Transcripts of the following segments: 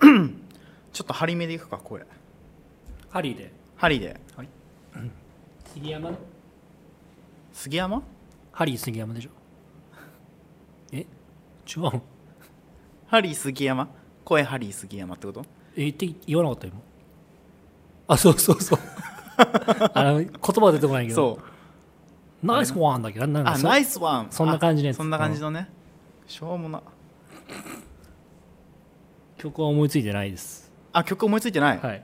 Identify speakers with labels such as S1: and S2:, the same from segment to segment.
S1: ちょっと張り目でいくかこれ
S2: ハリーで
S1: 針で
S2: 杉山ね
S1: 杉山
S2: ハリー杉山で しょえ違うの
S1: ハリー杉山声ハリー杉山ってこと
S2: え言って言わなかった今あそうそ うそうあの言葉は出てこないけど
S1: そう
S2: ナイスワンだっけどなんか
S1: あ
S2: そ
S1: ナイスワン
S2: そんな感じのやつ
S1: あそんな感じのねしょうもな
S2: 曲は思いついてないです
S1: あ曲思いついてない、
S2: はい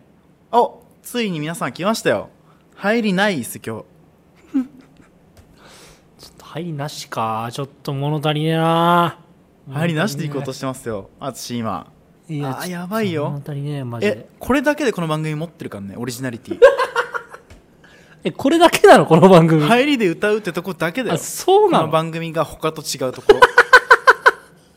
S1: あついに皆さん来ましたよ入りないです今日
S2: ちょっと入りなしかちょっと物足りねえな
S1: 入りなしでいこうとしてますよ淳今
S2: い
S1: あー
S2: やちょっと
S1: やばいよ
S2: 物足りねえマジ
S1: え
S2: で
S1: これだけでこの番組持ってるからねオリジナリ ティ
S2: えこれだけなのこの番組、
S1: 入りで歌うってとこだけだよ
S2: あそうな
S1: こ
S2: の
S1: の番組が他と違うと ころ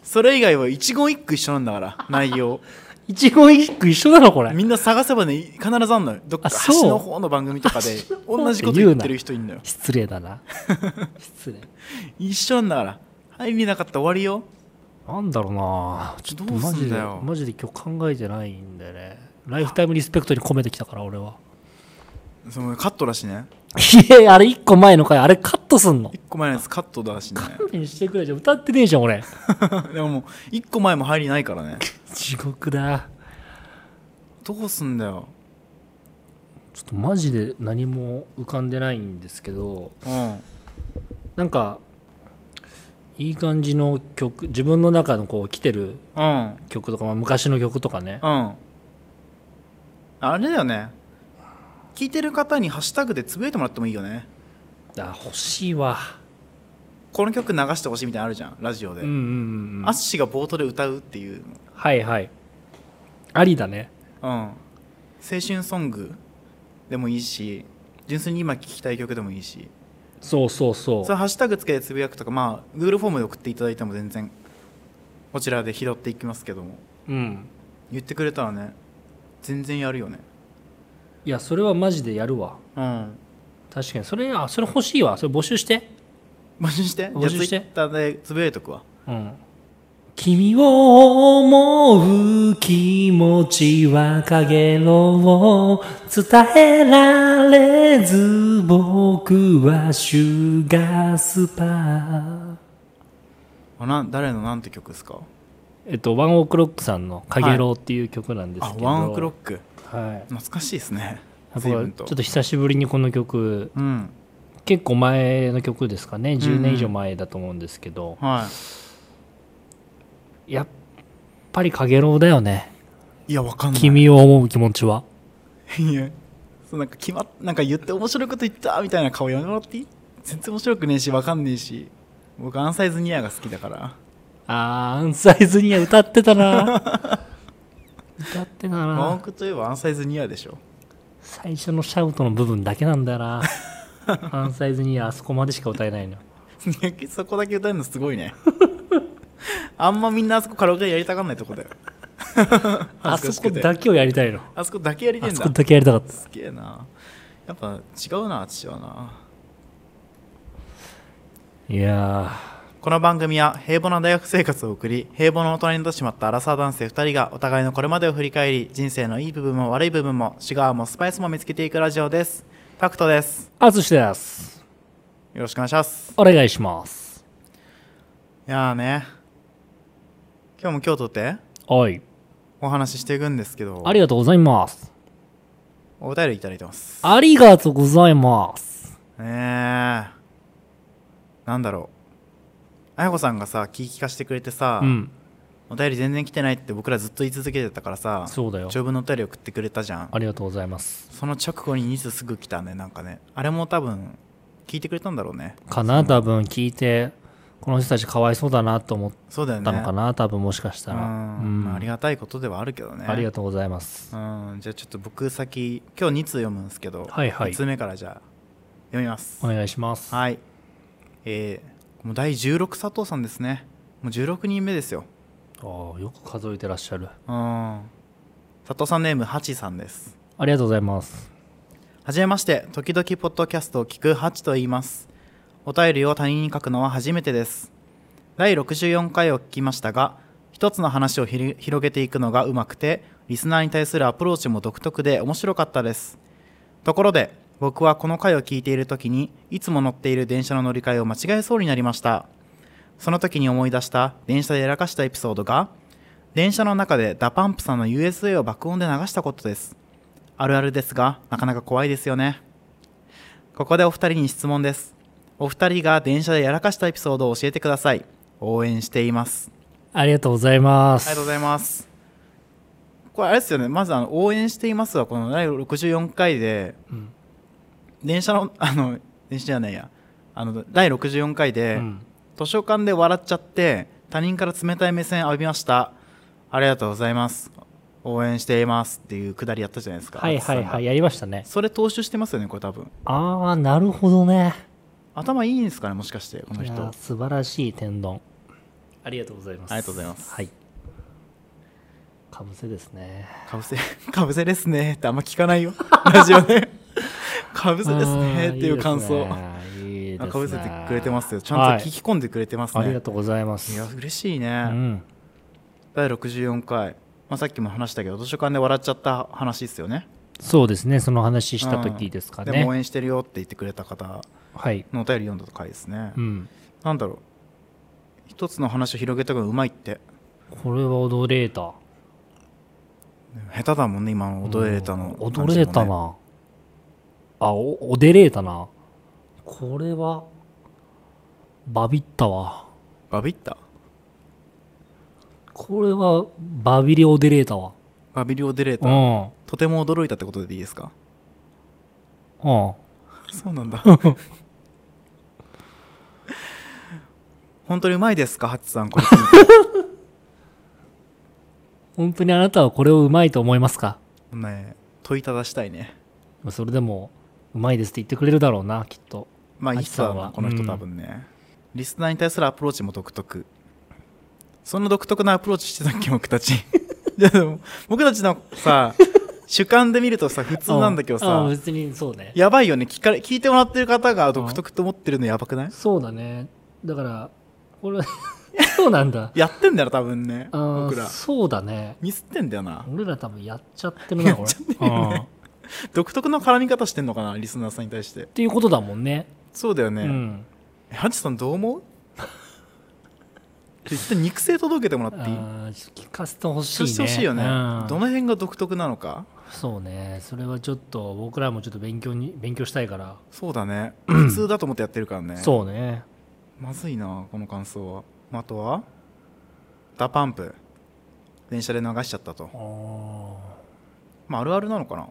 S1: それ以外は一言一句一緒なんだから内容
S2: 一言一句一緒なのこれ
S1: みんな探せばね必ずあんのよどっか
S2: あそう
S1: 端の方の番組とかで
S2: 端の方
S1: 同じこと言ってる人いんのよ
S2: 失礼 だな失礼
S1: 一緒なんだから入りなかったら終わりよ
S2: なんだろうなちょっと
S1: どう
S2: マ
S1: す
S2: ジ
S1: ん
S2: で
S1: だよ
S2: マジで今日考えてないんでねライフタイムリスペクトに込めてきたから俺は
S1: そのカットだしね
S2: いやあれ一個前の回あれカットすんの
S1: 一個前のやつカットだしね
S2: 勘弁してくれじゃん歌ってねえじゃん俺
S1: でももう一個前も入りないからね
S2: 地獄だ
S1: どうすんだよ
S2: ちょっとマジで何も浮かんでないんですけど
S1: うん
S2: なんかいい感じの曲自分の中のこう来てる
S1: うん
S2: 曲とか、まあ、昔の曲とかね
S1: うんあれだよね聞いてる方にハッシュタグでつぶやいてもらってもいいよね
S2: あ欲しいわ
S1: この曲流してほしいみたいなのあるじゃんラジオで、
S2: うんうんうん
S1: アッシーが冒頭で歌うっていう
S2: はいはいありだね
S1: うん青春ソングでもいいし純粋に今聴きたい曲でもいいし
S2: そうそうそう
S1: それハッシュタグつけてつぶやくとかまあ Google フォームで送っていただいても全然こちらで拾っていきますけども
S2: うん
S1: 言ってくれたらね全然やるよね
S2: いやそれはマジでやるわ
S1: うん
S2: 確かにそれあそれ欲しいわそれ募集して
S1: 募集して
S2: 募集して
S1: じゃあ Twitter でつぶやいとくわ
S2: うん君を思う気持ちはかげろう伝えられず僕はシュガースパー
S1: あなん誰のなんて曲ですか
S2: えっとワンオクロックさんの「かげろう」っていう曲なんです
S1: あ
S2: けど、
S1: ワンオクロック
S2: はい
S1: 懐かしいですね随
S2: 僕は
S1: 分
S2: ちょ
S1: と
S2: っと久しぶりにこの曲
S1: うん
S2: 結構前の曲ですかね10年以上前だと思うんですけど、
S1: は
S2: やっぱりかげろうだよね
S1: いいやわかんない
S2: 君を思う気持ちは。
S1: いやそうなんか決まっなんか言って面白いこと言ったみたいな顔やめてもらっていい全然面白くねえしわかんねえし僕アンサイズニアが好きだから
S2: あーアンサイズニア歌ってたな 歌ってた
S1: ワンオ
S2: な
S1: クといえばアンサイズニアでしょ
S2: 最初のシャウトの部分だけなんだよ なアンサイズニアあそこまでしか歌えないの
S1: いやそこだけ歌えるのすごいね あんまみんなあそこカラオケやりたがんないとこだよ
S2: あ
S1: 恥ずか
S2: そ
S1: し
S2: こ
S1: くて
S2: だけをやりたいの
S1: あそこだけやりて
S2: あ
S1: ん
S2: そ
S1: だ
S2: こだけやりたかった
S1: すげえなやっぱ違うな私はない
S2: や
S1: この番組は平凡な大学生活を送り平凡な大人になってしまったアラサー男性2人がお互いのこれまでを振り返り人生のいい部分も悪い部分もシガーもスパイスも見つけていくラジオですファクトです
S2: ー淳です
S1: よろしくお願いします
S2: お願いします
S1: いやーね今日も今日とって
S2: はい
S1: お話ししていくんですけど
S2: ありがとうございます
S1: お便りいただいてます
S2: ありがとうございます
S1: ねえなんだろうあやこさんがさ聞き聞かせてくれてさ、
S2: うん
S1: お便り全然来てないって僕らずっと言い続けてたからさ
S2: そうだよ
S1: 長文のお便り送ってくれたじゃん
S2: ありがとうございます
S1: その直後に2通すぐ来たねなんかねあれも多分聞いてくれたんだろうね
S2: かな多分聞いてこの人たちかわいそうだなと思っ
S1: そうだよね
S2: たのかな、多分もしかした
S1: う
S2: ら
S1: ん
S2: うん
S1: まあ、ありがたいことではあるけどね
S2: ありがとうございます
S1: うんじゃあちょっと僕先今日2通読むんですけど、
S2: はいはい
S1: 1通目からじゃあ読みます
S2: お願いします
S1: はいえー、もう第16佐藤さんですねもう16人目ですよ
S2: ああよく数えてらっしゃ
S1: う
S2: る
S1: ん佐藤さんネームハチさんです
S2: ありがとうございます
S1: はじめまして、時々ポッドキャストを聞くハチと言います。お便りを他人に書くのは初めてです。第64回を聞きましたが、一つの話をひり広げていくのがうまくてリスナーに対するアプローチも独特で面白かったですところで僕はこの回を聞いている時にいつも乗っている電車の乗り換えを間違えそうになりましたその時に思い出した電車でやらかしたエピソードが電車の中でダパンプさんの USA を爆音で流したことですあるあるですがなかなか怖いですよねここでお二人に質問ですお二人が電車でやらかしたエピソードを教えてください応援しています
S2: ありがとうございま
S1: あ
S2: す。
S1: りがとうございますこれあれですよねまずあの応援していますはこの第64回で
S2: うん
S1: 電車のあの電車じゃないやあの第64回で、
S2: うん
S1: 図書館で笑っちゃって他人から冷たい目線浴びましたありがとうございます応援していますっていうくだりやったじゃないですか
S2: はいはい
S1: 淳さ
S2: は
S1: んが
S2: い、やりましたね。
S1: それ踏襲してますよねこれ多分
S2: ああ、なるほどね。
S1: 頭いいんですかねもしかしてこの
S2: い
S1: 人
S2: やー素晴らしい天丼。ありがとうございます。
S1: ありがとうございます
S2: はい。かぶせですね。
S1: かぶせ かぶせですねってあんま聞かないよ ラジオねかぶせですねっていう感想
S2: あーいいですねいいですね
S1: かぶせてくれてますよちゃんと聞き込んでくれてます
S2: は
S1: ね、
S2: いあ
S1: い、
S2: りがとうございます。
S1: や嬉しいね、
S2: うん。
S1: 第64回、まあ、さっきも話したけど図書館で笑っちゃった話ですよね
S2: そうですね、その話した時ですか
S1: うんでも応
S2: ね。
S1: 援してるよって言ってくれた方
S2: はい。
S1: のお便り読んだ回ですね、
S2: うん。
S1: なんだろう一つの話を広げた方がうまいって
S2: これは踊れた。
S1: 下手だもんね今の踊れたの、
S2: うん踊れたな。あ、お、おでれたな。これは、バビったわ。
S1: バビった
S2: これは、バビリオデレータわ。
S1: バビリオデレー
S2: う
S1: タ
S2: ん。うん。
S1: とても驚いたってことでいいです かそうなんだ本当にうまいですかハッチさんこれ聞いて
S2: 本当にあなたはこれをうまいと思いますか
S1: ね問いただしたいね
S2: それでも、うまいですって言ってくれるだろうな、きっと。
S1: まあい
S2: ハ
S1: い
S2: ッチさ
S1: さ
S2: んは
S1: この人多分ね、リスナーに対するアプローチも独特そんな独特なアプローチしてたっけ僕た ちでも僕たちのさ主観で見るとさ普通なんだけど
S2: う
S1: さ
S2: ん別にそうね。
S1: やばいよね聞かれ聞いてもらってる方が独特と思ってるのやばくない
S2: そうだね。だから、これ、 そうなんだ。
S1: やってんだよ多分ね
S2: うん
S1: 僕ら
S2: そうだね。
S1: ミスってんだよな
S2: 俺ら多分やっちゃってるな、これ。うんっ
S1: 独特の絡み方してんのかなリスナーさんに対して
S2: ていうことだもんね。
S1: そうだよね、
S2: うん。
S1: えハチさんどう思う ちょ一旦肉声届けてもらっていい
S2: あーちょっと聞かせてほしい
S1: そ
S2: ね。
S1: してほしいよね、
S2: うん
S1: どの辺が独特なのか
S2: そうね。それはちょっと、僕らもちょっと勉強に、勉強したいから。
S1: そうだね普通だと思ってやってるからね
S2: そうね。
S1: まずいなこの感想はまああとはダパンプ電車で流しちゃったと
S2: あー
S1: まああるあるなのかな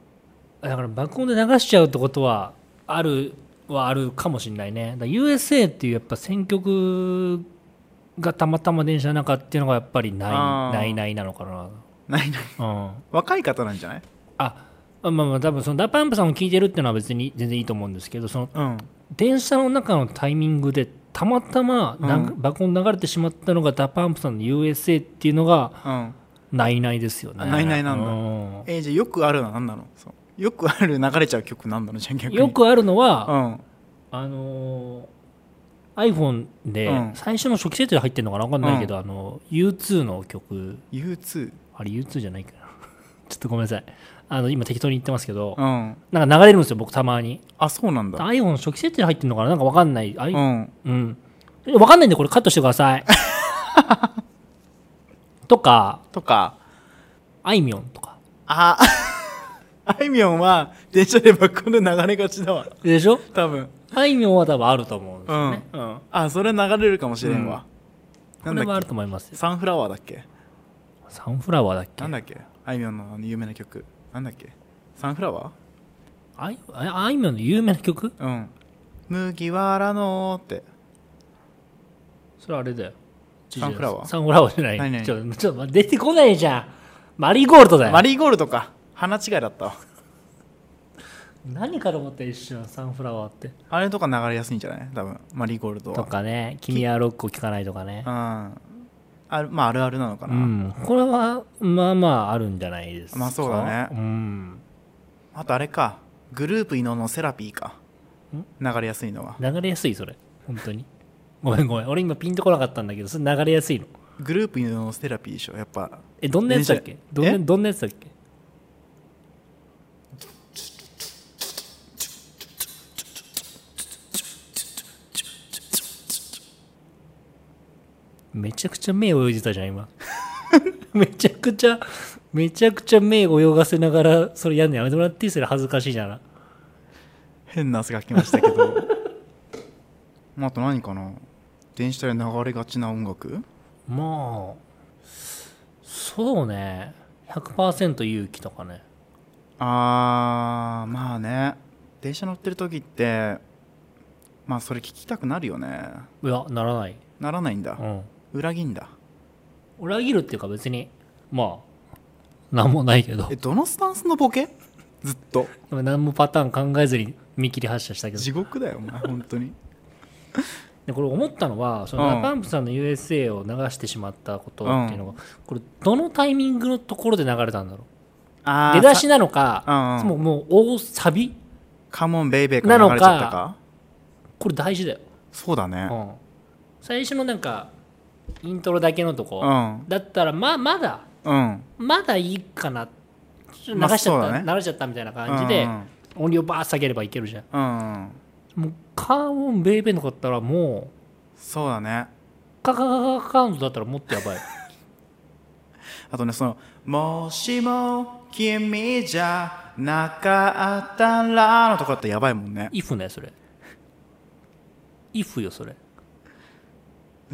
S2: だから爆音で流しちゃうってことはあるはあるかもしれないねだから USA っていうやっぱ選曲がたまたま電車の中っていうのがやっぱり
S1: あー
S2: ないないないなのかな
S1: ないない
S2: うん
S1: 若い方なんじゃない
S2: あまあまあ多分そのダパンプさんを聴いてるっていうのは別に全然いいと思うんですけどその
S1: うん
S2: 電車の中のタイミングでたまたまな、
S1: うん
S2: 爆音流れてしまったのがダパンプさんの USA っていうのが
S1: うん
S2: ないないですよね
S1: あないないなんだ
S2: うん
S1: えーじゃあよくあるのは何なのそうよくある流れちゃう曲なんなのじゃん逆に
S2: よくあるのは、
S1: うん
S2: あのー iPhone で
S1: うん
S2: 最初の初期設定入ってるのかな分かんないけど、あの U2 の曲
S1: U2
S2: あれ U2 じゃないかな ちょっとごめんなさいあの今適当に言ってますけど、
S1: うん
S2: なんか流れるんですよ僕たまに
S1: あそうなんだ
S2: iPhone の初期設定入ってるのかななんか分かんないあい
S1: うん
S2: うん、え分かんないんでこれカットしてください とか
S1: とか
S2: あいみょんとか
S1: あ あいみょんは電車で爆音で流れがちだわ
S2: でしょ
S1: 多分
S2: あいみょんは多分あると思うんですよね、
S1: うん、あそれ流れるかもしれんわ、
S2: こ
S1: な
S2: れ
S1: んだ
S2: はあ
S1: っ
S2: ると思います
S1: け
S2: よ
S1: サンフラワーだっけ
S2: サンフラワーだっけ
S1: なんだっけあいみょんのあの有名な曲なんだっけサンフラワ
S2: あいああいみょんの有名な曲
S1: ーうん麦わらのーって
S2: それあれだよ
S1: サンフラワー
S2: サンフラワーじゃない
S1: 何々
S2: ちょ ちょっと出てこないじゃんマリーゴールドだよ、
S1: マリーゴールドか花違いだったわ
S2: 何かと思った一瞬サンフラワーって
S1: あれとか流れやすいんじゃない多分マリーゴールドは
S2: とかね君はロックを聴かないとかね
S1: うんあるまああるあるなのか
S2: う
S1: な、
S2: んこれはまあまああるんじゃないですか
S1: まあそうだね
S2: うん
S1: あとあれかグループ伊野のセラピーか流れやすいのは
S2: 流れやすいそれ本当にごめんごめん俺今ピンとこなかったんだけどそれ流れやすいの
S1: グループのセラピーでしょやっぱ
S2: えどんなやつだっけ
S1: 電車
S2: どんな
S1: え
S2: どんなやつだっけめちゃくちゃ目泳いでたじゃん今 めちゃくちゃめちゃくちゃ目泳がせながらそれやんのやめてもらっていいそれ恥ずかしいじゃん
S1: 変な汗がきましたけど まああと何かな電子体で流れがちな音楽
S2: まあそうね100%勇気とかね
S1: あーまあね電車乗ってる時ってまあそれ聞きたくなるよね
S2: いやならない
S1: ならないんだ
S2: うん
S1: 裏切んだ
S2: 裏切るっていうか別にまあなんもないけど
S1: えどのスタンスのボケずっと
S2: 何もパターン考えずに見切り発車したけど
S1: 地獄だよお前本当に
S2: でこれ思ったのはその
S1: うん
S2: 中山さんの USA を流してしまったことっていうのが、これどのタイミングのところで流れたんだろ
S1: あ
S2: う
S1: ー
S2: 出だしなの
S1: うん
S2: か
S1: う、ん
S2: もうもう大サビ
S1: さカモンベイベーから流れちゃったか
S2: なのこれ大事だよ、
S1: そうだ
S2: う
S1: ね
S2: ん、最初のなんかイントロだけのとこ、
S1: うん
S2: だったらまあまだ
S1: うん
S2: まだいいかなちょっ
S1: まあ
S2: と流しちゃ
S1: そ
S2: っ
S1: う
S2: た、
S1: だね
S2: 流しちゃったみたいな感じで、
S1: うん
S2: 音量バーッ下げればいけるじゃん
S1: うんうん
S2: もうカーモンベイベーのかだったらもう
S1: そうだね
S2: カカカカカカウントだったらもっとやばい
S1: あとねその「もしも君じゃなかったら」のとこだったらやばいもんね
S2: イフねそれイフよそれ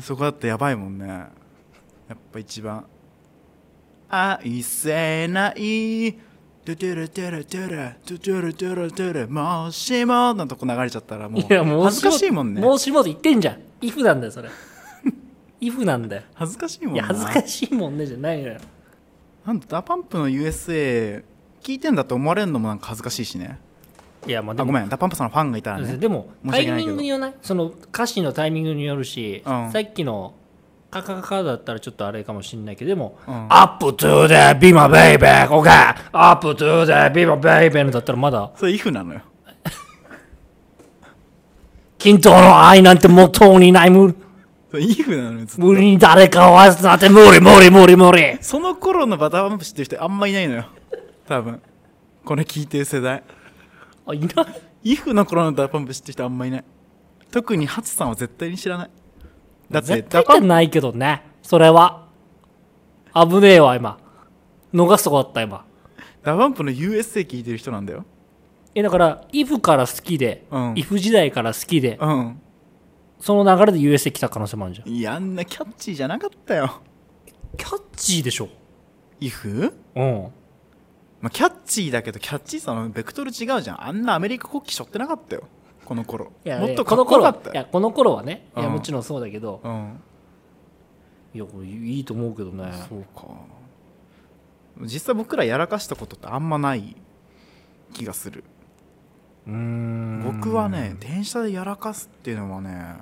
S1: そこだってやばいもんねやっぱ一番愛せないトゥトゥルトゥルトゥルトゥトゥルトゥルトゥルもしものとこ流れちゃったらもう
S2: いやもう
S1: 恥ずかしいもんね
S2: もうしもって言ってんじゃんイフなんだよそれイフなんだよ
S1: 恥ずかしいもん
S2: いや
S1: な
S2: 恥ずかしいもんねじゃないのよ
S1: なんだダパンプの USA 聞いてんだと思われるのもなんか恥ずかしいしね
S2: いやまあで
S1: あ
S2: も
S1: ごめんダパンプさんのファンがいたらね
S2: でも
S1: 申し
S2: タイ
S1: 訳ない
S2: ミ
S1: けど
S2: ングによらないその歌詞のタイミングによるし、
S1: うん
S2: さっきのカカカカだったらちょっとあれかもしれないけどでも、
S1: うん
S2: アップトゥーで be my baby OK アップトゥーで be my baby だったらまだ
S1: それイフなのよ
S2: 均等の愛なんてもうとうにない無
S1: それイフなのよずっと
S2: 無理に誰かを愛すなんて無理無理無理無理
S1: その頃のバダパンプ知ってる人あんまいないのよ多分これ聞いてる世代
S2: あいない
S1: イフの頃のダパンプ知ってる人あんまいない特にハツさんは絶対に知らないだって
S2: 絶
S1: ダ
S2: 対
S1: パ
S2: じゃ
S1: ンプ
S2: ないけどねそれは危ねえわ今逃すとこだった今
S1: ダパンプの USA 聞いてる人なんだよ
S2: えだからイフから好きで、
S1: うん
S2: イフ時代から好きで、
S1: うん
S2: その流れで USA 来た可能性もあるじゃん
S1: いやあんなキャッチーじゃなかったよ
S2: キャッチーでしょ
S1: イフ
S2: うん
S1: まあ、キャッチーだけどキャッチーさのベクトル違うじゃんあんなアメリカ国旗背負ってなかったよこの頃
S2: いや
S1: もっ
S2: いや
S1: とかっこよかっ
S2: こ
S1: た
S2: の頃い
S1: よ
S2: やこの頃はね、いや
S1: うん
S2: もちろんそうだけど
S1: うん
S2: いやこれいいと思うけどね
S1: そうか実際僕らやらかしたことってあんまない気がする
S2: うーん
S1: 僕はね電車でやらかすっていうのはね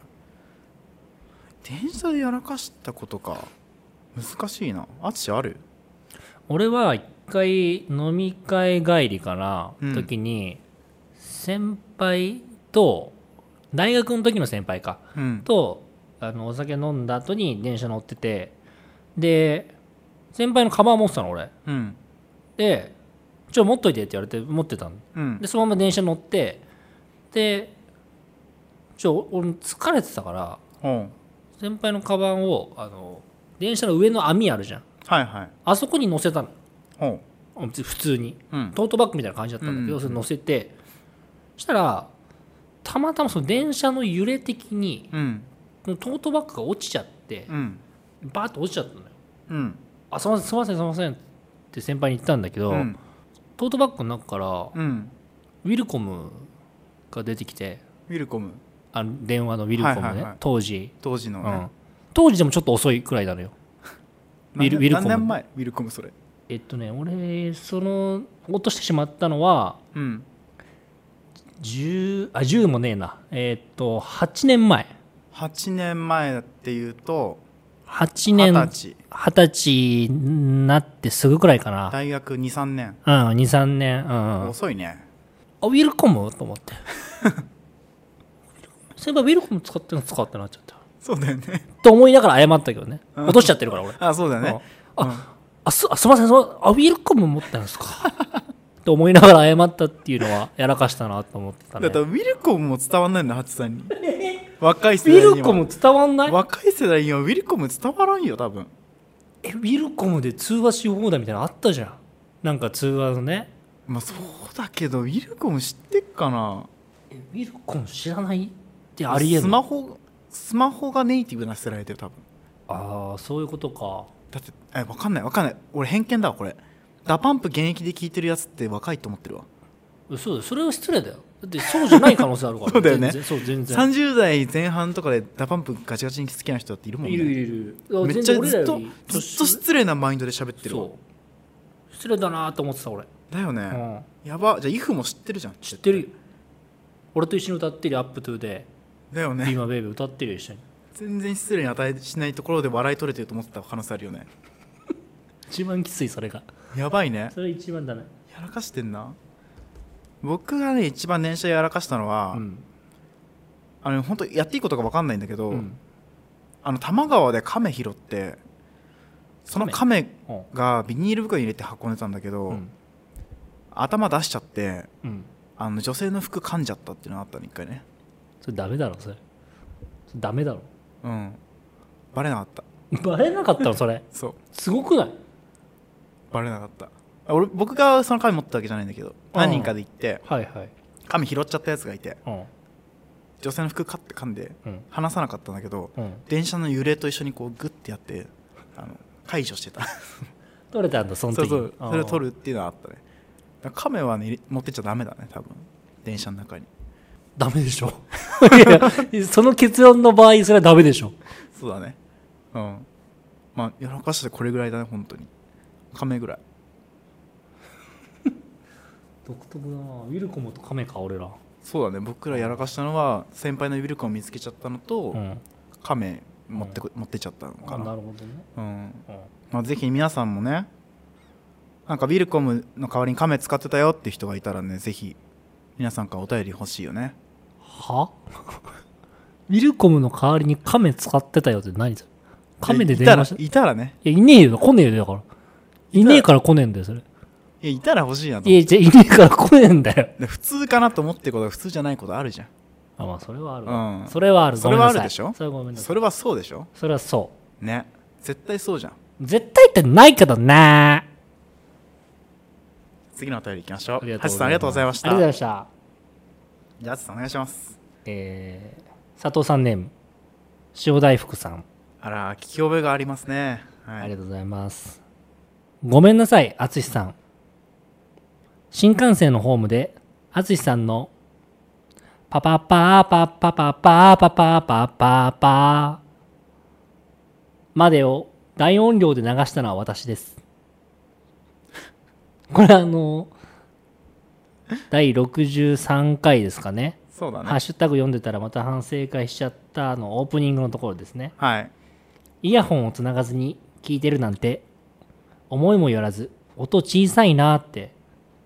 S1: 電車でやらかしたことか難しいな淳ある
S2: 俺は一回飲み会帰りかな、
S1: うん
S2: 時に先輩と大学の時の先輩か
S1: うん
S2: とあのお酒飲んだ後に電車乗っててで先輩のカバン持ってたの俺
S1: うん
S2: で「ちょ持っといて」って言われて持ってたの
S1: うん
S2: でそのまま電車乗ってでちょ俺疲れてたから
S1: ほう
S2: 先輩のカバンをあの電車の上の網あるじゃん
S1: はいはい
S2: あそこに乗せたの
S1: ほ
S2: 普通普通に
S1: ううん
S2: トートバッグみたいな感じだったんだけど、
S1: うん
S2: それ乗せてそしたらたまたまその電車の揺れ的に
S1: うん
S2: このトートバッグが落ちちゃって
S1: うん
S2: バーッと落ちちゃったのよ
S1: うん
S2: 「あすいませんすいませんすいません」って先輩に言ったんだけど、
S1: うん
S2: トートバッグの中からウ
S1: うん
S2: ィルコムが出てきて
S1: ウィルコム
S2: あの電話のウィルコムね、
S1: はいはいはい
S2: 当時、
S1: 当時の
S2: う
S1: ね
S2: ん、当時でもちょっと遅いくらいなのよウィルウィルコム
S1: 何年前ウィルコムそれ
S2: えっとね俺その落としてしまったのは
S1: うん
S2: 10あ10もねえなえっと8年前
S1: 8年前っていうと二
S2: 8年
S1: 十歳
S2: 二十歳になってすぐくらいかな
S1: 大学23年
S2: うん23年うん、うん、あ
S1: 遅いね
S2: ウ ィルコムと思って先輩ウィルコム使ってんの使ってなっちゃった
S1: そうだよね。
S2: と思いながら謝ったけどね。落としちゃってるから、俺。
S1: あ、そうだよね。
S2: あ、あす、あすいません、すいません、あ、ウィルコム持ってたんですか。 って思いながら謝ったっていうのは、やらかしたなと思って
S1: だ
S2: たね。
S1: って
S2: ウ
S1: ウィルコムも伝わんないんだ、ハチさ んに。若い世代には
S2: ィルコム伝わんない
S1: 若い世代にはウィルコム伝わらんよ、多分。
S2: え、ウィルコムで通話し放題みたいなのあったじゃん。なんか通話のね。
S1: まあそうだけど、ウィルコム知ってっかな
S2: えウィルコム知らないってありえん
S1: ス
S2: の
S1: マホ、スマホがネイティブな世代だよ、多分。
S2: ああ、そういうことか。
S1: だって、え、わかんない、わかんない。俺偏見だわ、これ。ダパンプ現役で聞いてるやつって若いと思ってるわ。
S2: そうだよ。それは失礼だよ。だってそうじゃない可能性あるか ら。
S1: そうだよね
S2: 全然そう、全然。
S1: 30代前半とかでダパンプガチガチに好きな人だっているもん
S2: いるい
S1: ね。
S2: るいる。あ
S1: めっ
S2: 全
S1: ち
S2: 然
S1: ゃ
S2: 俺
S1: ず
S2: ら
S1: っ
S2: よ
S1: と
S2: り、
S1: ずっと失礼なマインドで喋ってるわ。
S2: そう。失礼だなと思ってた、俺。
S1: だよ
S2: う
S1: ね。
S2: ん。
S1: やば。じゃあ、イフも知ってるじゃん。
S2: 知ってるよ俺と一緒に歌ってるよアップトゥーで
S1: だよ
S2: 「
S1: ね。
S2: 今ベイビー歌ってるよ一緒に
S1: 全然失礼に値しないところで笑い取れてると思ってた可能性あるよね。
S2: 一番きついそれが
S1: やばいね。
S2: それ一番だね
S1: やらかしてんな僕がね一番電車やらかしたのは、
S2: うん
S1: あの本当やっていいことか分かんないんだけど、
S2: うん
S1: あの多摩川で亀拾ってその亀
S2: うん
S1: がビニール袋に入れて運んでたんだけど、
S2: うん
S1: 頭出しちゃって
S2: うん
S1: あの女性の服噛んじゃったっていうのがあったの一回ね
S2: それダメだろそれそれダメだろ
S1: うんバレなかった
S2: バレなかったのそれ
S1: そう
S2: すごくない
S1: バレなかったあ俺僕がその亀持ってたわけじゃないんだけど何人かで行って
S2: はいはい
S1: 亀拾っちゃったやつがいて
S2: うん
S1: 女性の服かって噛んで
S2: うん
S1: 離さなかったんだけど、
S2: うん
S1: 電車の揺れと一緒にこうグッてやってあの解除 してた
S2: 取れたんだその
S1: そう
S2: 時
S1: そうそれを
S2: る
S1: 取るっていうのはあったねだから亀はね入れ持ってっちゃダメだね多分電車の中に
S2: ダメでしょいやその結論の場合それはダメでしょ
S1: そうだねうんまあやらかしてこれぐらいだね本当に亀ぐらい
S2: 独特だなウィルコムとカメか俺ら
S1: そうだね僕らやらかしたのは先輩のウィルコンを見つけちゃったのと、
S2: うん
S1: 亀持ってこ、持ってっちゃったの
S2: あ
S1: か
S2: な
S1: な
S2: るほどね
S1: うん
S2: うん
S1: まあ、ぜひ皆さんもねなんかウィルコムの代わりに亀使ってたよって人がいたらねぜひ皆さんからお便り欲しいよね
S2: はウィルコムの代わりに亀使ってたよって何それ亀で
S1: い
S2: 電
S1: たら
S2: 話したい
S1: いたらね
S2: や、いねえよ、来ねえよ、だから。いねえから来ねえんだよ、それ。
S1: いやいたら欲しいなと
S2: い
S1: 思
S2: や、じゃあいねえから来ねえんだよ。
S1: って普通かなと思ってることが普通じゃないことあるじゃん
S2: あ、まあ、それはある
S1: うん
S2: わ。それはある、
S1: そ
S2: ご
S1: れ
S2: めん
S1: はあ
S2: な
S1: る
S2: さ
S1: で
S2: い。
S1: しょ
S2: それはごめんなさ
S1: そ
S2: い。
S1: れはそうでしょ
S2: それはそ
S1: ね絶対そうじゃん
S2: う。絶対ってないけどな
S1: 次のお便り行きましょ
S2: あ
S1: う橋さんありがとうございました
S2: ありがとうございました。
S1: じゃあ橋さんお願いします
S2: えー、佐藤さんネーム、塩大福さん。
S1: あら聞き覚えがありますね
S2: あ
S1: は
S2: り
S1: い
S2: がとうございます。ごめんなさい、淳さん。新幹線のホームで、淳さんの、パパパーパパパパーパパパパパーまでを大音量で流したのは私です。これあの、第63回ですかね。
S1: そうだ
S2: ハッ
S1: ね
S2: シュタグ読んでたらまた反省会しちゃったのオープニングのところですね。
S1: はい
S2: イヤホンをつながずに聞いてるなんて、思いもよらず、音小さいなーって、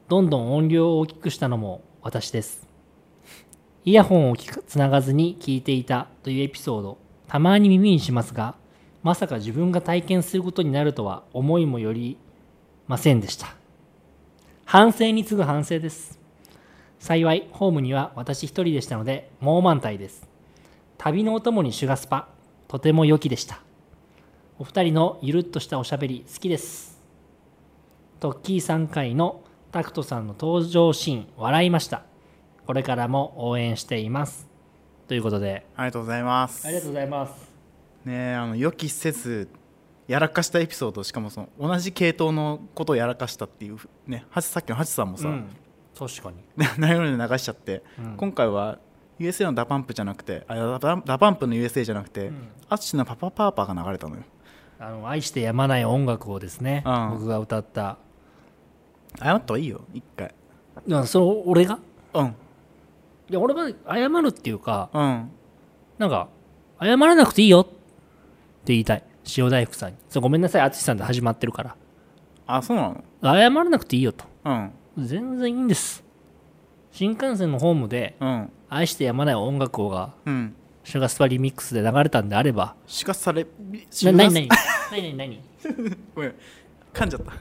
S2: どんどん音量を大きくしたのも私です。イヤホンを聞くつながずに聞いていたというエピソード、たまに耳にしますが、まさか自分が体験することになるとは思いもよりませんでした。反省に次ぐ反省です。幸い、ホームには私一人でしたので、もう満体です。旅のお供にシュガスパとても良きでしたお二人のゆるっとしたおしゃべり好きですトッキー3回のタクトさんの登場シーン笑いましたこれからも応援していますということで
S1: ありがとうございます
S2: ありがとうございます
S1: ねえあの予期せずやらかしたエピソードしかもその同じ系統のことをやらかしたっていうねはちさっきの橋さんもさ、
S2: 確かに
S1: 内容で流しちゃって、
S2: うん
S1: 今回は USA のダパンプじゃなくてあダパンダパンプの USA じゃなくて、
S2: ん
S1: アッシュのパパパーパーが流れたのよ
S2: あの愛してやまない音楽をですね、
S1: うん
S2: 僕が歌った
S1: 謝った方がいいよ一回
S2: いやその俺が
S1: うん
S2: いや俺は謝るっていうか
S1: うん
S2: なんか、謝らなくていいよって言いたい。塩大福さんに。そうごめんなさい、淳さんで始まってるから。
S1: あそうなの
S2: 謝らなくていいよと。
S1: うん
S2: 全然いいんです。新幹線のホームで、
S1: うん
S2: 愛してやまない音楽をが
S1: うん
S2: シュガースパリミックスで流れたんであれば、
S1: しかされシ
S2: な、
S1: ュガ
S2: な
S1: ー
S2: に
S1: ス
S2: なになになに
S1: ごめん噛んじゃった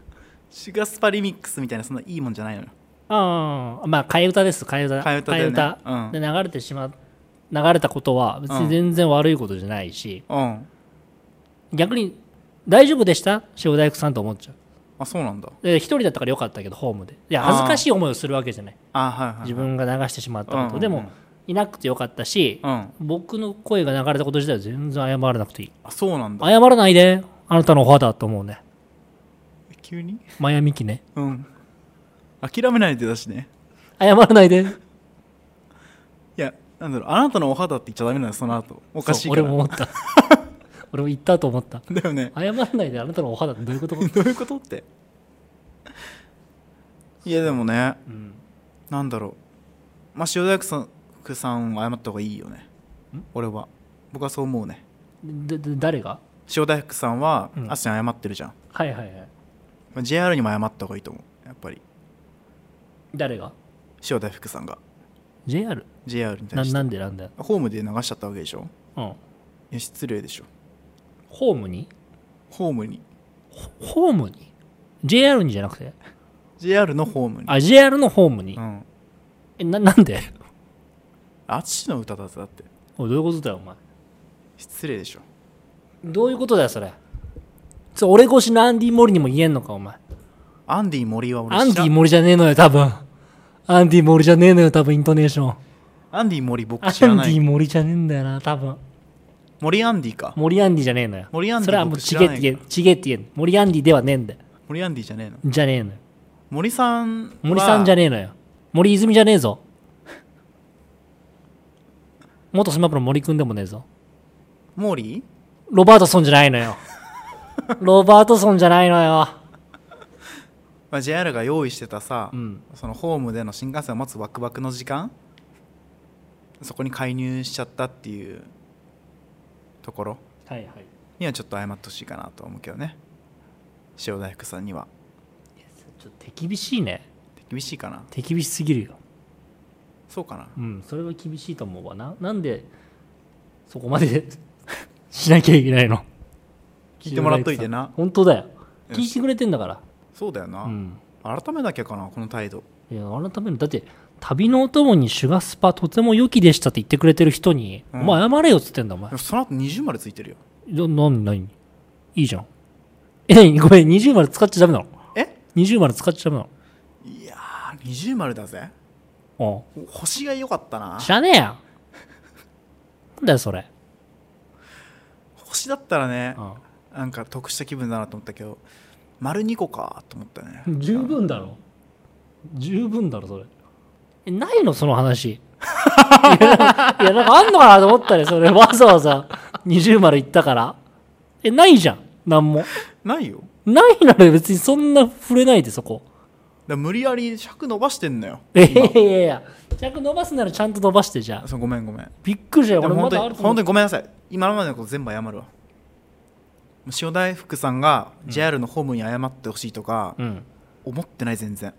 S1: シュガースパリミックスみたいなそんないいもんじゃないのよ
S2: ああ、まあ、替え歌です、替え歌。
S1: 替え歌だよねうん
S2: で流れてしま、流れたことは、別に全然悪いことじゃないし、
S1: うん
S2: 逆に、大丈夫でした塩大工さんと思っちゃう。
S1: あそうなんだ
S2: で、一人だったからよかったけど、ホームで。いや、恥ずかしい思いをするわけじゃない。
S1: あはいはいはい
S2: 自分が流してしまっ
S1: う
S2: た
S1: んうん
S2: こ
S1: う
S2: と。
S1: ん
S2: でも、いなくてよかったし、
S1: うん
S2: 僕の声が流れたこと自体は全然謝らなくていい。
S1: あそうなんだ
S2: 謝らないで、あなたのお肌と思うね。
S1: 急に
S2: マヤミキね。
S1: うん諦めないでだしね
S2: 謝らないで。
S1: いやなんだろうあなたのお肌って言っちゃダメなのよその後おかしいか
S2: そう俺
S1: ら
S2: も思った。 俺も言ったと思った。
S1: だよね
S2: 謝らないであなたのお肌ってどういうこと
S1: どういうことっていやでもね
S2: うん。
S1: なんだろうまあ塩大工さん工さんは謝った方がいいよね俺は僕はそう思うね
S2: でで誰が
S1: 塩大工さんは
S2: うん
S1: あっちに謝ってるじゃん、
S2: はいはいはい。
S1: まあ JR にも謝った方がいいと思うやっぱり
S2: 誰が
S1: 塩大工さんが
S2: ?JR?
S1: JR に
S2: な
S1: 対して
S2: なんでなんだよ。
S1: ホームで流しちゃったわけでしょ
S2: うん。
S1: いや失礼でしょ
S2: ホームに
S1: ホームに
S2: ホームに ?JR にじゃなくて
S1: JR のホームに
S2: あ、JR のホームに
S1: う。ん
S2: え、な、なんで
S1: あっちの歌だぜだって
S2: おいどういうことだよ、お前。
S1: 失礼でしょ
S2: どういうことだよ、それ。それ俺越しのアンディ・モリにも言えんのか、お前。
S1: アンディ森は俺
S2: アン
S1: 知
S2: デ
S1: らん
S2: ィ・モリじゃねえのよ、多分。アンディ・モリじゃねえのよ、多分、イントネーション。
S1: アンディ森僕
S2: アン
S1: 知らな
S2: ディ
S1: い
S2: 森じゃねえんだよな、多分。
S1: 森アンディか
S2: 森アンディじゃねえのよ。
S1: 森アンディ
S2: それはもう
S1: 僕
S2: ち
S1: 知
S2: げ
S1: ら
S2: えっ
S1: な
S2: て
S1: い
S2: 言え、ちげえって言えん。森アンディではねえんだよ。
S1: 森アンディじゃねえの
S2: じゃねえのよ。
S1: 森さんは
S2: 森さんじゃねえのよ。森泉じゃねえぞ。 元スマップの森くんでもねえぞ。
S1: モーリー
S2: ロバートソンじゃない のよ。ロバートソンじゃないのよ。
S1: まあ、JR が用意してたさ、
S2: うん。
S1: そのホームでの新幹線を待つワクワクの時間そこに介入しちゃったっていうところ
S2: はいはい。
S1: にはちょっと謝ってほしいかなと思うけどね塩大福さんには
S2: ちょっと手厳しいね。
S1: 厳しいかな
S2: 手厳しすぎるよ。
S1: そうかな
S2: うん、それは厳しいと思うわな。なんで、そこまで しなきゃいけないの
S1: 聞いてもらっといてな
S2: 本当だよ。
S1: うん
S2: 聞いてくれてんだから。
S1: そうだよな、
S2: うん。
S1: 改めなきゃかなこの態度
S2: いや、改める。だって、旅のお供にシュガスパとても良きでしたって言ってくれてる人に、
S1: うん
S2: お前謝れよっつってんだ、お前
S1: でも。その後20までついてるよ
S2: な、なになにいいじゃん。 え、ごめん、20丸使っちゃダメなの
S1: え
S2: ?20 丸使っちゃダメない
S1: やー20丸だぜ
S2: の
S1: お星が良かった
S2: う。
S1: なん
S2: 知らねえや。なんだよ、それ。
S1: 星だったらね
S2: うん
S1: なんか得した気分だなと思ったけど丸2個かと思ったね
S2: 十分だろ十分だろそれえないのその話いやいやなんかあんのかなと思ったねそれわざわざ20丸言ったからえないじゃんなんも
S1: ないよだか
S2: ないなら別にそんな触れないでそこ
S1: ら無理やり尺伸ばしてんのよ
S2: えいやいやいや着伸ばすならちゃんと伸ばしてじゃあ
S1: そうごめんごめん
S2: びっくりしたよ
S1: で
S2: 俺
S1: も
S2: ま
S1: 本
S2: だ
S1: 当
S2: あ
S1: に
S2: ると思
S1: 本
S2: っ
S1: 当にごめんなさい今までのこと全部謝るわ塩大福さんが JR のホームに謝ってほしいとか、
S2: うん
S1: 思ってない全然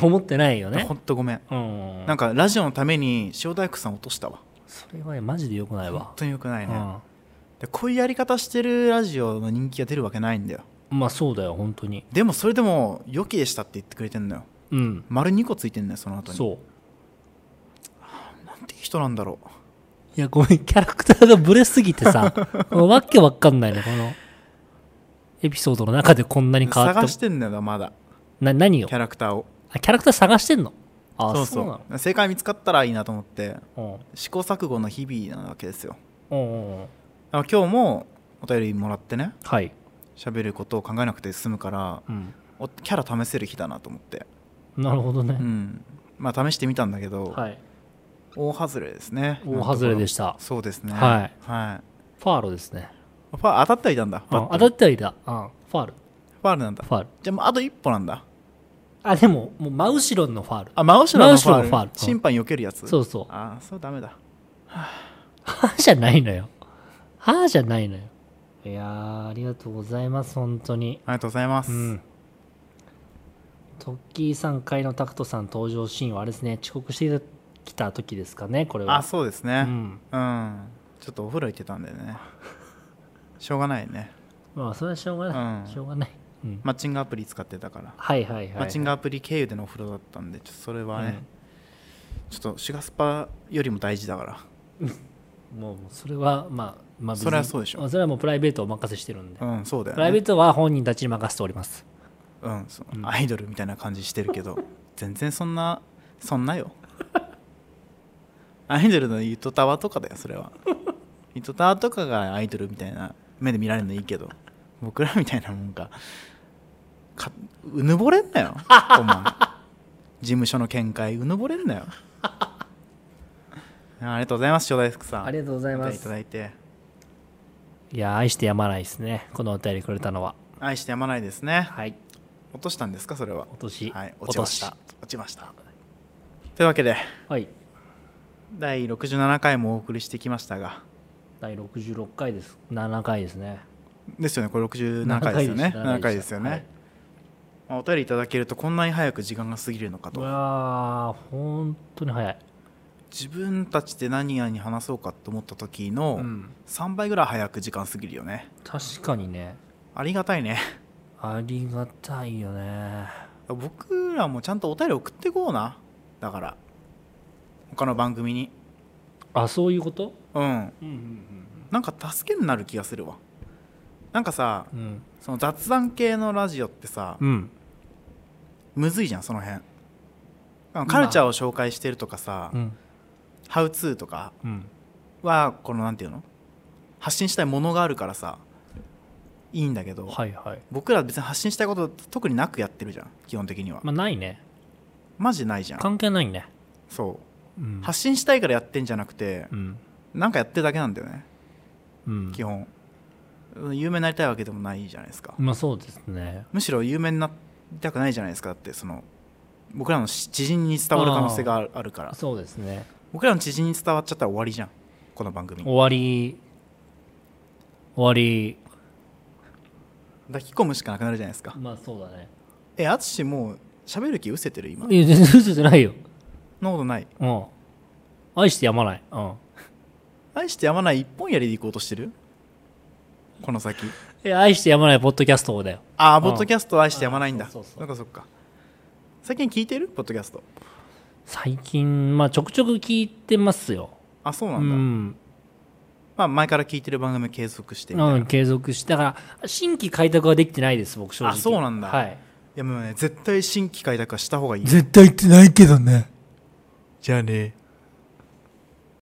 S2: 思ってないよね
S1: 本当ごめん
S2: うん
S1: なんかラジオのために塩大福さん落としたわ
S2: それはねマジでよくないわ
S1: 本当によくないね、
S2: う
S1: でこういうやり方してるラジオの人気が出るわけないんだよ
S2: んまあそうだよ本当に
S1: でもそれでも良きでしたって言ってくれてんのよ
S2: うん
S1: 丸2個ついてんのよその後に
S2: そう
S1: なんていい人なんだろう
S2: いや、ごめん、キャラクターがブレすぎて さ、もうわけわかんないね、この、エピソードの中でこんなに変わった
S1: 探し。てんのよなまだ
S2: な、何を
S1: キャラクターを
S2: あ、キャラクター探してんのあ、
S1: そう
S2: そ
S1: そうう正解見つかったらいいなと思って
S2: なの
S1: 試行錯誤の日々なわけですよ
S2: うん。うんうんうん。
S1: あ今日もお便りもらってね
S2: はい。
S1: 喋ることを考えなくて済むから
S2: うん。
S1: おキャラ試せる日だなと思って
S2: なるほど
S1: う
S2: ね。
S1: んまあ試してみたんだけど、
S2: はい。
S1: 大外れですね
S2: 大外れでした
S1: そうですね、
S2: はい
S1: は
S2: ファールですね。
S1: い、ファ当たってはいたんだフ
S2: う
S1: ァ
S2: ん当たってはいた。うん。ファール。
S1: ファールなんだ
S2: ファール。
S1: じゃあもうあと一歩なんだ
S2: あ、でも、もう真後ろのファール。
S1: あ真後ろのファー
S2: 真後ろの
S1: ル
S2: ファウル
S1: 審判避けるやつ
S2: そううそう。
S1: ああそうダメだ
S2: はぁじゃないのよ。はぁじゃないのよ。いやー、ありがとうございます、本当に。
S1: ありがとうございます、
S2: うん。トッキーさん回のタクトさん登場シーンはあれですね、遅刻してきた時ですかね、これは。
S1: あそうです
S2: う
S1: ね
S2: ん。
S1: うん、ちょっとお風呂行ってたんでねしょうがないね
S2: まあそれはしょうがない、
S1: うん
S2: しょうがない、うん、
S1: マッチングアプリ使ってたから
S2: はいはいはい、はい、
S1: マッチングアプリ経由でのお風呂だったんでちょっとそれはね、ちょっとシガスパよりも大事だから
S2: もうそれはまあまあ別に
S1: それはそうでしょ
S2: それはもうプライベートお任せしてるんで、
S1: うんそうだよ、ね、
S2: プライベートは本人たちに任せております
S1: うんそうアイドルみたいな感じしてるけど全然そんなそんなよアイドルの糸タワとかだよそれは糸タワとかがアイドルみたいな目で見られるのいいけど僕らみたいなもんがかうぬぼれんなよお前事務所の見解うぬぼれんなよありがとうございます正代福さん
S2: ありがとうございます
S1: いただいて
S2: いや愛してやまないですねこのお便りくれたのは
S1: 愛してやまないですね
S2: はい
S1: 落としたんですかそれは
S2: 落とし
S1: はい、
S2: 落
S1: 落
S2: と
S1: ちま
S2: し
S1: した落ちましたというわけで
S2: はい
S1: 第67回もお送りしてきましたが
S2: 第66回です7回ですね
S1: ですよねこれ67回ですよね7回
S2: で
S1: ですすよね、まあお便りいただけるとこんなに早く時間が過ぎるのか
S2: はい、う
S1: と
S2: わー本当に早い、
S1: 自分たちで何々話そうかと思った時の
S2: うん
S1: 3倍ぐらい早く時間過ぎるよね
S2: 確かにね
S1: ありがたいね
S2: ありがたいよね
S1: 僕らもちゃんとお便り送ってこうなだから他の番組に
S2: あそういうこと
S1: うん
S2: うん
S1: なんか助けになる気がするわなんかさ
S2: うんうん
S1: その雑談系のラジオってさ、
S2: うん
S1: むずいじゃんその辺あのカルチャーを紹介してるとかさ、
S2: うん
S1: ハウツーとか
S2: うん
S1: はこのなんていうの発信したいものがあるからさいいんだけど、
S2: はいはい
S1: 僕ら別に発信したいこと特になくやってるじゃん基本的には、
S2: まあないね
S1: マジでないじゃん
S2: 関係ないね
S1: そう
S2: うん
S1: 発信したいからやってんじゃなくて
S2: うん
S1: なんかやってるだけなんだよね
S2: うん
S1: 基本有名になりたいわけでもないじゃないですか、
S2: まあそうですね
S1: むしろ有名になりたくないじゃないですかだってその僕らの知知人に伝わる可能性があるあるから
S2: そうですね
S1: 僕らの知人に伝わっちゃったら終わりじゃんこの番組
S2: 終わり終わり
S1: 抱き込むしかなくなるじゃないですか
S2: まあそうだね
S1: え淳もう喋る気失せてる今
S2: いや全然嘘じゃないよ
S1: そんなことない
S2: うん愛してやまないうん
S1: 愛してやまない一本やりで行こうとしてるこの 先
S2: いや愛してやまないポッドキャストだよ
S1: ああ
S2: ん
S1: ポッドキャスト愛してやまないんだ
S2: あそうそうそう
S1: なんかそっか最近聞いてるポッドキャスト
S2: 最近まあちょくちょく聞いてますよ
S1: あそうな
S2: うん
S1: だ、
S2: ん
S1: まあ前から聞いてる番組継続してみたいな
S2: う
S1: い
S2: ん継続してだから新規開拓はできてないです僕正直
S1: あそうなんだ
S2: はい
S1: やもうね絶対新規開拓はした方がいい
S2: 絶対言ってないけどね
S1: じゃあね